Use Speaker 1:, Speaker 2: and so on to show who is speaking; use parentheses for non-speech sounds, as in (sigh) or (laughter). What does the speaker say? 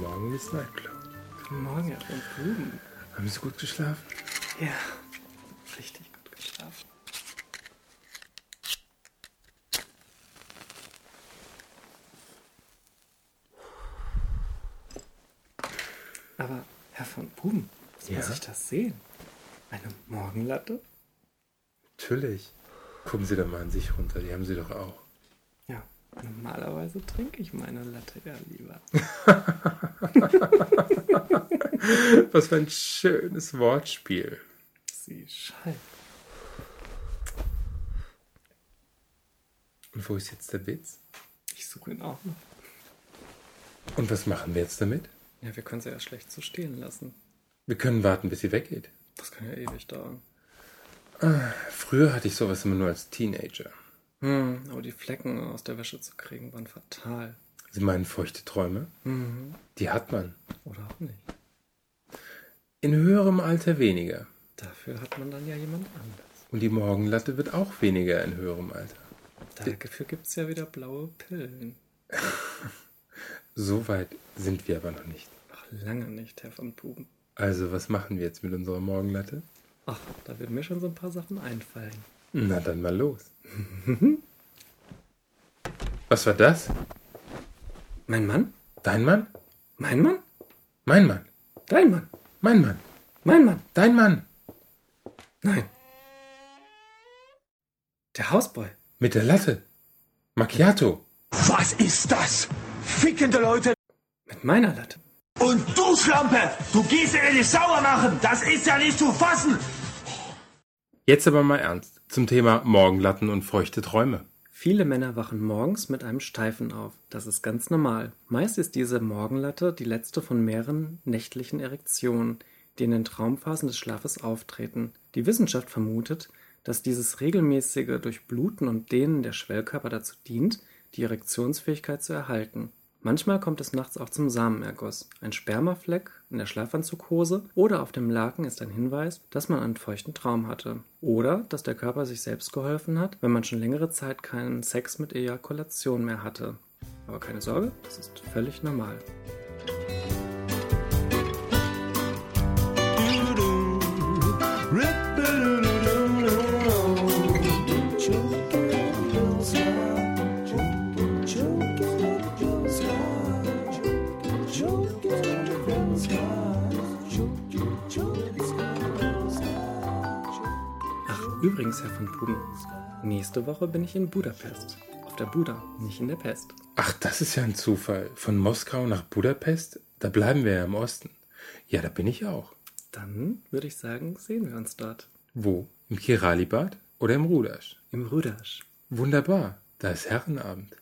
Speaker 1: Morgen ist Nightclub.
Speaker 2: Guten Morgen, Herr von Blumen.
Speaker 1: Haben Sie gut geschlafen?
Speaker 2: Ja, richtig gut geschlafen. Aber, Herr von Buben, muss
Speaker 1: Ja?
Speaker 2: muss ich das sehen? Eine Morgenlatte?
Speaker 1: Natürlich. Gucken Sie doch mal an sich runter, die haben Sie doch auch.
Speaker 2: Ja, normalerweise trinke ich meine Latte ja lieber.
Speaker 1: Was für ein schönes Wortspiel.
Speaker 2: Sie schallt.
Speaker 1: Und wo ist jetzt der Witz?
Speaker 2: Ich suche ihn auch noch.
Speaker 1: Und was machen wir jetzt damit?
Speaker 2: Ja, wir können sie ja schlecht so stehen lassen.
Speaker 1: Wir können warten, bis sie weggeht.
Speaker 2: Das kann ja ewig dauern.
Speaker 1: Früher hatte ich sowas immer nur als Teenager.
Speaker 2: Hm, aber die Flecken aus der Wäsche zu kriegen waren fatal.
Speaker 1: Sie meinen Also feuchte Träume?
Speaker 2: Mhm.
Speaker 1: Die hat man.
Speaker 2: Oder auch nicht.
Speaker 1: In höherem Alter weniger.
Speaker 2: Dafür hat man dann ja jemand anders.
Speaker 1: Und die Morgenlatte wird auch weniger in höherem Alter.
Speaker 2: Dafür gibt es ja wieder blaue Pillen.
Speaker 1: So weit sind wir aber noch nicht.
Speaker 2: Ach, lange nicht, Herr von Buben.
Speaker 1: Also, was machen wir jetzt mit unserer Morgenlatte?
Speaker 2: Ach, da wird mir schon so ein paar Sachen einfallen.
Speaker 1: Na dann mal los. (laughs) Was war das?
Speaker 2: Mein Mann?
Speaker 1: Dein Mann?
Speaker 2: Mein Mann?
Speaker 1: Mein Mann?
Speaker 2: Dein Mann?
Speaker 1: Mein Mann?
Speaker 2: Mein Mann?
Speaker 1: Dein Mann?
Speaker 2: Nein. Der Hausboy.
Speaker 1: Mit der Latte? Macchiato?
Speaker 3: Was ist das? Fickende Leute.
Speaker 2: Mit meiner Latte.
Speaker 3: Und du Schlampe, du gehst dir nicht sauer machen. Das ist ja nicht zu fassen.
Speaker 1: Jetzt aber mal ernst. Zum Thema Morgenlatten und feuchte Träume.
Speaker 2: Viele Männer wachen morgens mit einem Steifen auf. Das ist ganz normal. Meist ist diese Morgenlatte die letzte von mehreren nächtlichen Erektionen, die in den Traumphasen des Schlafes auftreten. Die Wissenschaft vermutet, dass dieses regelmäßige Durchbluten und Dehnen der Schwellkörper dazu dient, die Erektionsfähigkeit zu erhalten. Manchmal kommt es nachts auch zum Samenerguss. Ein Spermafleck in der Schlafanzughose oder auf dem Laken ist ein Hinweis, dass man einen feuchten Traum hatte. Oder dass der Körper sich selbst geholfen hat, wenn man schon längere Zeit keinen Sex mit Ejakulation mehr hatte. Aber keine Sorge, das ist völlig normal. Ach, übrigens, Herr von Buben, nächste Woche bin ich in Budapest. Auf der Buda, nicht in der Pest.
Speaker 1: Ach, das ist ja ein Zufall. Von Moskau nach Budapest? Da bleiben wir ja im Osten. Ja, da bin ich auch.
Speaker 2: Dann würde ich sagen, sehen wir uns dort.
Speaker 1: Wo? Im Kirali-Bad oder im Rudasch?
Speaker 2: Im Rudasch.
Speaker 1: Wunderbar. Da ist Herrenabend.